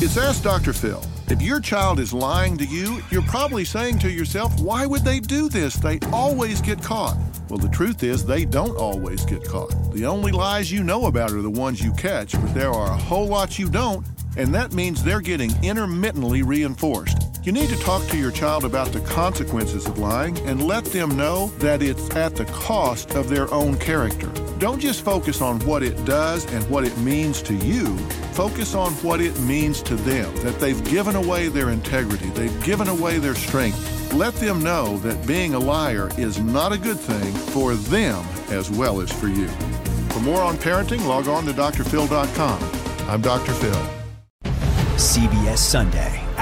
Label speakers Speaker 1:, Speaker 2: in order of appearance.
Speaker 1: It's Ask Dr. Phil. If your child is lying to you, you're probably saying to yourself, why would they do this? They always get caught. Well, the truth is, they don't always get caught. The only lies you know about are the ones you catch, but there are a whole lot you don't, and that means they're getting intermittently reinforced. You need to talk to your child about the consequences of lying and let them know that it's at the cost of their own character. Don't just focus on what it does and what it means to you. Focus on what it means to them, that they've given away their integrity, they've given away their strength. Let them know that being a liar is not a good thing for them as well as for you. For more on parenting, log on to drphil.com. I'm Dr. Phil.
Speaker 2: CBS Sunday